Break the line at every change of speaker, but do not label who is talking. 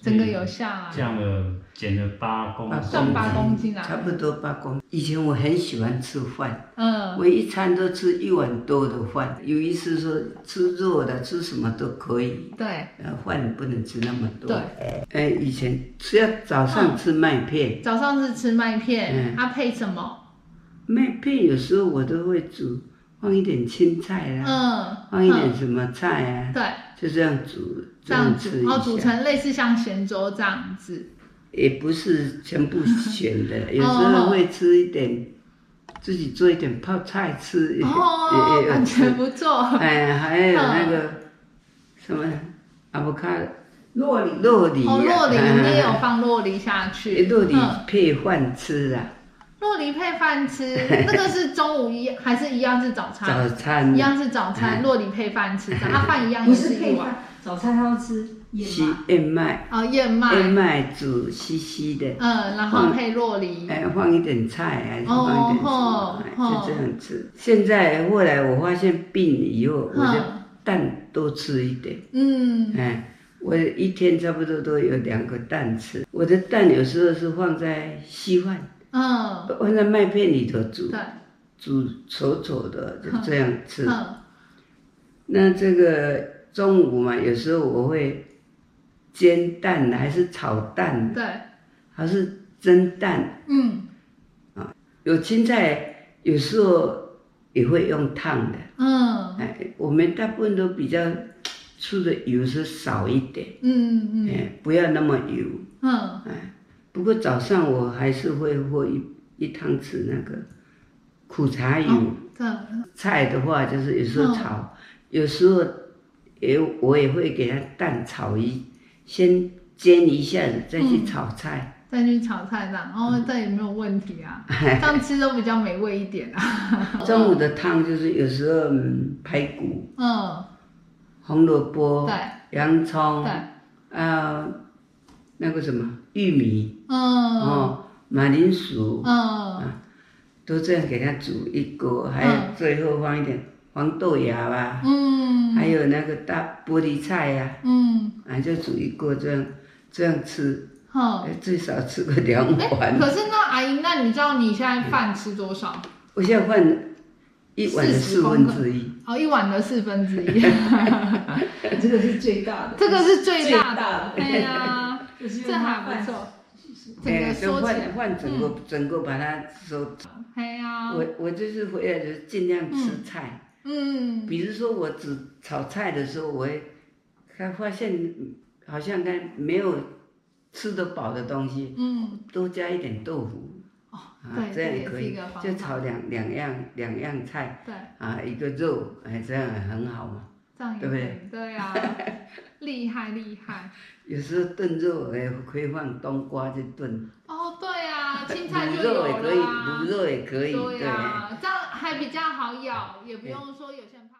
整个有啊下来，
降了减了八公
八
斤，
啊算八公斤
嗯差
啊，
不多八公。以前我很喜欢吃饭，
嗯，
我一餐都吃一碗多的饭。有一次说吃肉的，吃什么都可以，
对
呃，饭不能吃那么多。
对，
哎，以前只要早上吃麦片，
早上是吃麦片，
嗯
啊配什么？
麦片有时候我都会煮，放一点青菜啦，
嗯，
放一点
嗯
什么菜啊，
对，
就这样煮，
这样
吃
煮，
一
哦，煮
下。
成类似像咸粥这样子，
也不是全部 选的，有时候会吃一点，自己做一点泡菜吃，也
哦，
也也有
感觉
吃。
不嗯错，
哎，还有那个什么阿布卡
洛里
洛梨
哦，
呀
洛梨你也有
哎
放洛梨下
哎
去，
洛梨
嗯
配饭吃啊，
洛梨配饭吃， 那个是中午一还是一样是早餐？
早餐
一样是早餐，
嗯
洛梨配饭 吃，它饭一样
不
也
是
是一
配
碗。
饭，早餐他要吃燕
西
麦，
燕麦，
哦，燕
燕
麦，
麦煮稀稀的，
嗯，然后配洛梨，
哎，放一点菜还是
嗯哦
放一点什
吼
么，哎
吼
就这样吃。现在后来我发现病以后，我就
嗯
蛋多吃一点。
嗯，
哎，我一天差不多都有两个蛋吃。我的蛋有时候是放在稀饭，
嗯，
放在麦片里头煮，
对，
煮稠稠的，就这样吃。
嗯，
那这个中午嘛，有时候我会煎蛋，还是炒蛋，
对，
还是蒸蛋。
嗯
有青菜，有时候也会用烫的。
嗯
哎，我们大部分都比较吃的油是少一点，
嗯嗯
哎，不要那么油。
嗯，
不过早上我还是会喝一一汤匙那个苦茶油。
对，
菜的话，就是有时候炒，
哦
有时候也我也会给它蛋炒一，先煎一下子，再去炒菜。
再去炒菜这样，哦，这也没有问题啊，这样吃都比较美味一点啊，
中午的汤就是有时候、嗯、排骨、
嗯，
红萝卜、
对
洋葱，
对，
啊，那个什么玉米、
嗯
哦，马铃薯。
嗯
都这样给它煮一锅，还有最后放一点黄豆芽吧，
嗯
还有那个大玻璃菜呀、
嗯，
啊，就煮一锅这样这样吃，
好。
最少吃个两
哎，
碗。
可是那阿姨，那你知道你现在饭吃多少？
我现在换一碗的四分之一，
哦，一碗的四分之一，
这个是最大的，
这个是最大
最
的
大。的
对呀，
就是
这还不错。哎整个
就
说起
哎换
来，嗯
换整个、整个把它收。
哎呀，
我我就是回来就是尽量吃菜，
嗯，
比如说我只炒菜的时候，我会还发现嗯好像该没有吃得饱的东西，
嗯，
多加一点豆腐，啊
哦对，
这样
这
也
也
可
是一
以
个方，法
就炒两两样两样菜
对，
啊，一个肉，哎，这样很好嘛。
这样也
对
可
不
以，对 呀，厉害厉害。
有时候炖肉，哎，可以放冬瓜去炖，
哦，对呀，青菜
卤
就
肉也
有
可以，
了啊
卤，肉也可以，
对啊
对。
呀，这样还比较好咬，也不用说有些人怕。